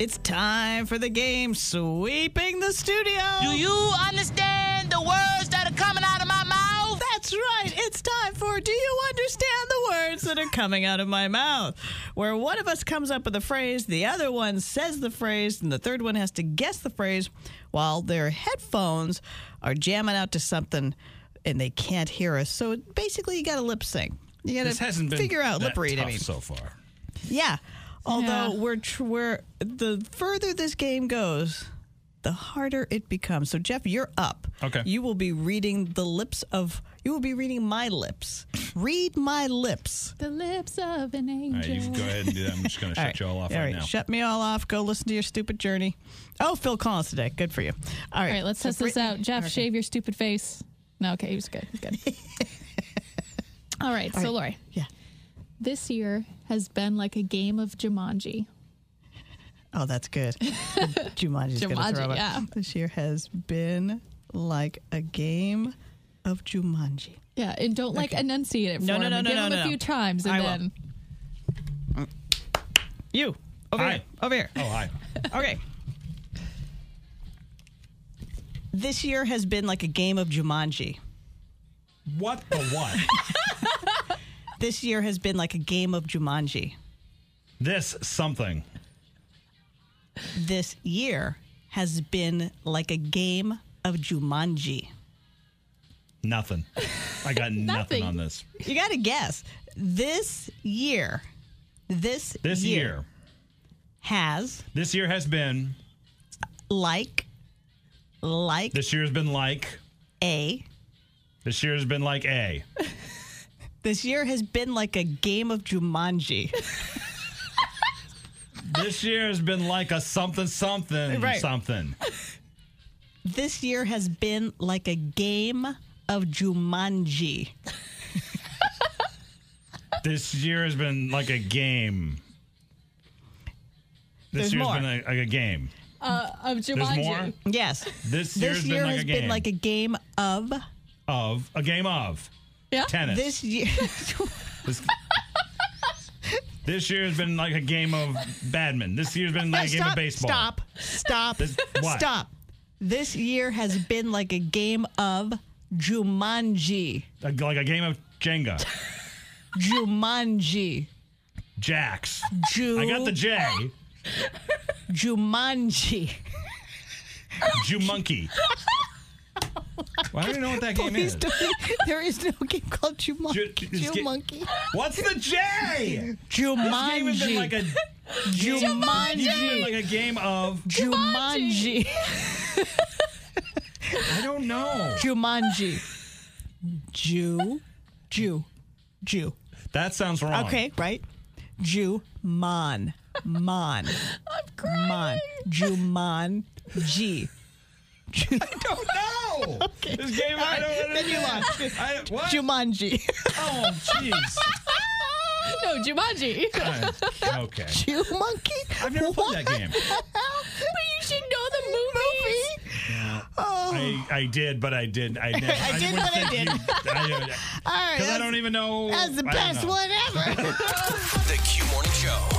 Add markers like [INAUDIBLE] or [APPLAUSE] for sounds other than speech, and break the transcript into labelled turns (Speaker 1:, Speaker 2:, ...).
Speaker 1: It's time for the game Sweeping the Studio.
Speaker 2: Do you understand the words that are coming out of my mouth?
Speaker 1: That's right. It's time for Do You Understand the Words That Are Coming Out of My Mouth? Where one of us comes up with a phrase, the other one says the phrase, and the third one has to guess the phrase while their headphones are jamming out to something and they can't hear us. So basically, you got to lip sync. You got
Speaker 3: This hasn't
Speaker 1: to
Speaker 3: been
Speaker 1: figure out
Speaker 3: that
Speaker 1: lip read. I
Speaker 3: tough
Speaker 1: mean.
Speaker 3: so far.
Speaker 1: Yeah. Although
Speaker 4: Yeah.
Speaker 1: we're tr- we're the further this game goes, the harder it becomes. So Jeff, you're up.
Speaker 3: Okay.
Speaker 1: You will be reading the lips of you will be reading my
Speaker 3: [LAUGHS]
Speaker 1: lips. Read my lips.
Speaker 4: The lips of an
Speaker 3: All right,
Speaker 4: angel.
Speaker 3: you can go ahead and do that.
Speaker 1: [LAUGHS]
Speaker 3: I'm just going to shut you all off right, now.
Speaker 1: Shut me all off. Go listen to your stupid journey. Oh, Phil Collins today. Good for you. All right.
Speaker 4: All right, let's
Speaker 1: So
Speaker 4: test this
Speaker 1: Brit-
Speaker 4: out. Jeff, shave your stupid face. No, okay, he was good. Good.
Speaker 1: [LAUGHS]
Speaker 4: All right, so Lori,
Speaker 1: Yeah.
Speaker 4: this year has been like a game of Jumanji.
Speaker 1: Oh, that's
Speaker 4: [LAUGHS]
Speaker 1: good. Jumanji's gonna
Speaker 4: Jumanji,
Speaker 1: throw it.
Speaker 4: yeah.
Speaker 1: This year has been like a game of Jumanji.
Speaker 4: Yeah, and don't like enunciate it for
Speaker 1: No, no,
Speaker 4: him.
Speaker 1: no, no,
Speaker 4: Give
Speaker 1: no,
Speaker 4: him
Speaker 1: no,
Speaker 4: a
Speaker 1: no.
Speaker 4: few times, and
Speaker 1: I will.
Speaker 4: then
Speaker 1: You over
Speaker 3: Hi.
Speaker 1: here. Over here.
Speaker 3: Oh, hi.
Speaker 1: Okay. This year has been like a game of Jumanji.
Speaker 3: What the
Speaker 1: [LAUGHS]
Speaker 3: what?
Speaker 1: This year has been like a game of Jumanji.
Speaker 3: this something.
Speaker 1: This year has been like a game of Jumanji.
Speaker 3: Nothing. I
Speaker 1: [LAUGHS]
Speaker 3: got nothing,
Speaker 4: Nothing.
Speaker 3: on this.
Speaker 1: You got to guess. This year, this,
Speaker 3: This year.
Speaker 1: has
Speaker 3: This year has been.
Speaker 1: like, like
Speaker 3: This year has been like.
Speaker 1: a.
Speaker 3: This year has been like A.
Speaker 1: [LAUGHS] This year has been like a game of Jumanji.
Speaker 3: This year has been like a something, something,
Speaker 1: Right.
Speaker 3: something.
Speaker 1: this year has been like a game of Jumanji.
Speaker 3: This year has been like a game. This
Speaker 1: There's
Speaker 3: year has
Speaker 1: more.
Speaker 3: been like, like a game.
Speaker 4: uh, of
Speaker 3: There's
Speaker 4: Jumanji.
Speaker 3: more.
Speaker 1: Yes.
Speaker 3: This year
Speaker 1: This
Speaker 3: has
Speaker 1: year
Speaker 3: been like
Speaker 1: has
Speaker 3: a game
Speaker 1: been like a game of
Speaker 3: of a game of
Speaker 4: Yeah.
Speaker 3: tennis.
Speaker 1: this [LAUGHS] year.
Speaker 3: This, this year has been like a game of badminton. This year's been like a game
Speaker 1: stop,
Speaker 3: of baseball.
Speaker 1: stop! Stop!
Speaker 3: This- what?
Speaker 1: Stop! This year has been like a game of Jumanji.
Speaker 3: Like, like a game of Jenga.
Speaker 1: Jumanji.
Speaker 3: Jacks.
Speaker 1: Ju-
Speaker 3: I got the J.
Speaker 1: Jumanji.
Speaker 3: Jumonkey. Why do you know what that game
Speaker 1: Please
Speaker 3: is?
Speaker 1: don't, there is no game called Jumanji.
Speaker 3: Ju- just get-
Speaker 1: Jumanji.
Speaker 3: What's the J? This game has been like
Speaker 1: Jumanji.
Speaker 3: a It's been
Speaker 1: Jumanji.
Speaker 3: like a game of
Speaker 1: Jumanji.
Speaker 3: I don't know.
Speaker 1: Jumanji. Jew. Jew. Jew.
Speaker 3: That sounds wrong.
Speaker 1: Okay, right? Juman. [LAUGHS] Mon. Mon. Juman. [LAUGHS] G. Ju-
Speaker 3: I don't know. This game, I don't
Speaker 1: All right, then you lost.
Speaker 3: I, what?
Speaker 1: Jumanji. [LAUGHS]
Speaker 3: oh, jeez.
Speaker 4: [LAUGHS] No, Jumanji. but
Speaker 3: Fine. okay.
Speaker 1: Jew monkey.
Speaker 3: I've never
Speaker 1: [LAUGHS]
Speaker 3: played that game.
Speaker 4: you should know the movies.
Speaker 3: I, I did, but I did. I, never,
Speaker 1: Oh. [LAUGHS] I did,
Speaker 3: wouldn't
Speaker 1: but I
Speaker 3: think You, I,
Speaker 1: All right.
Speaker 3: because I
Speaker 1: that's-
Speaker 3: don't even know.
Speaker 1: That's the
Speaker 3: I don't [LAUGHS]
Speaker 1: best
Speaker 3: know.
Speaker 1: one ever.
Speaker 5: The Q Morning Show.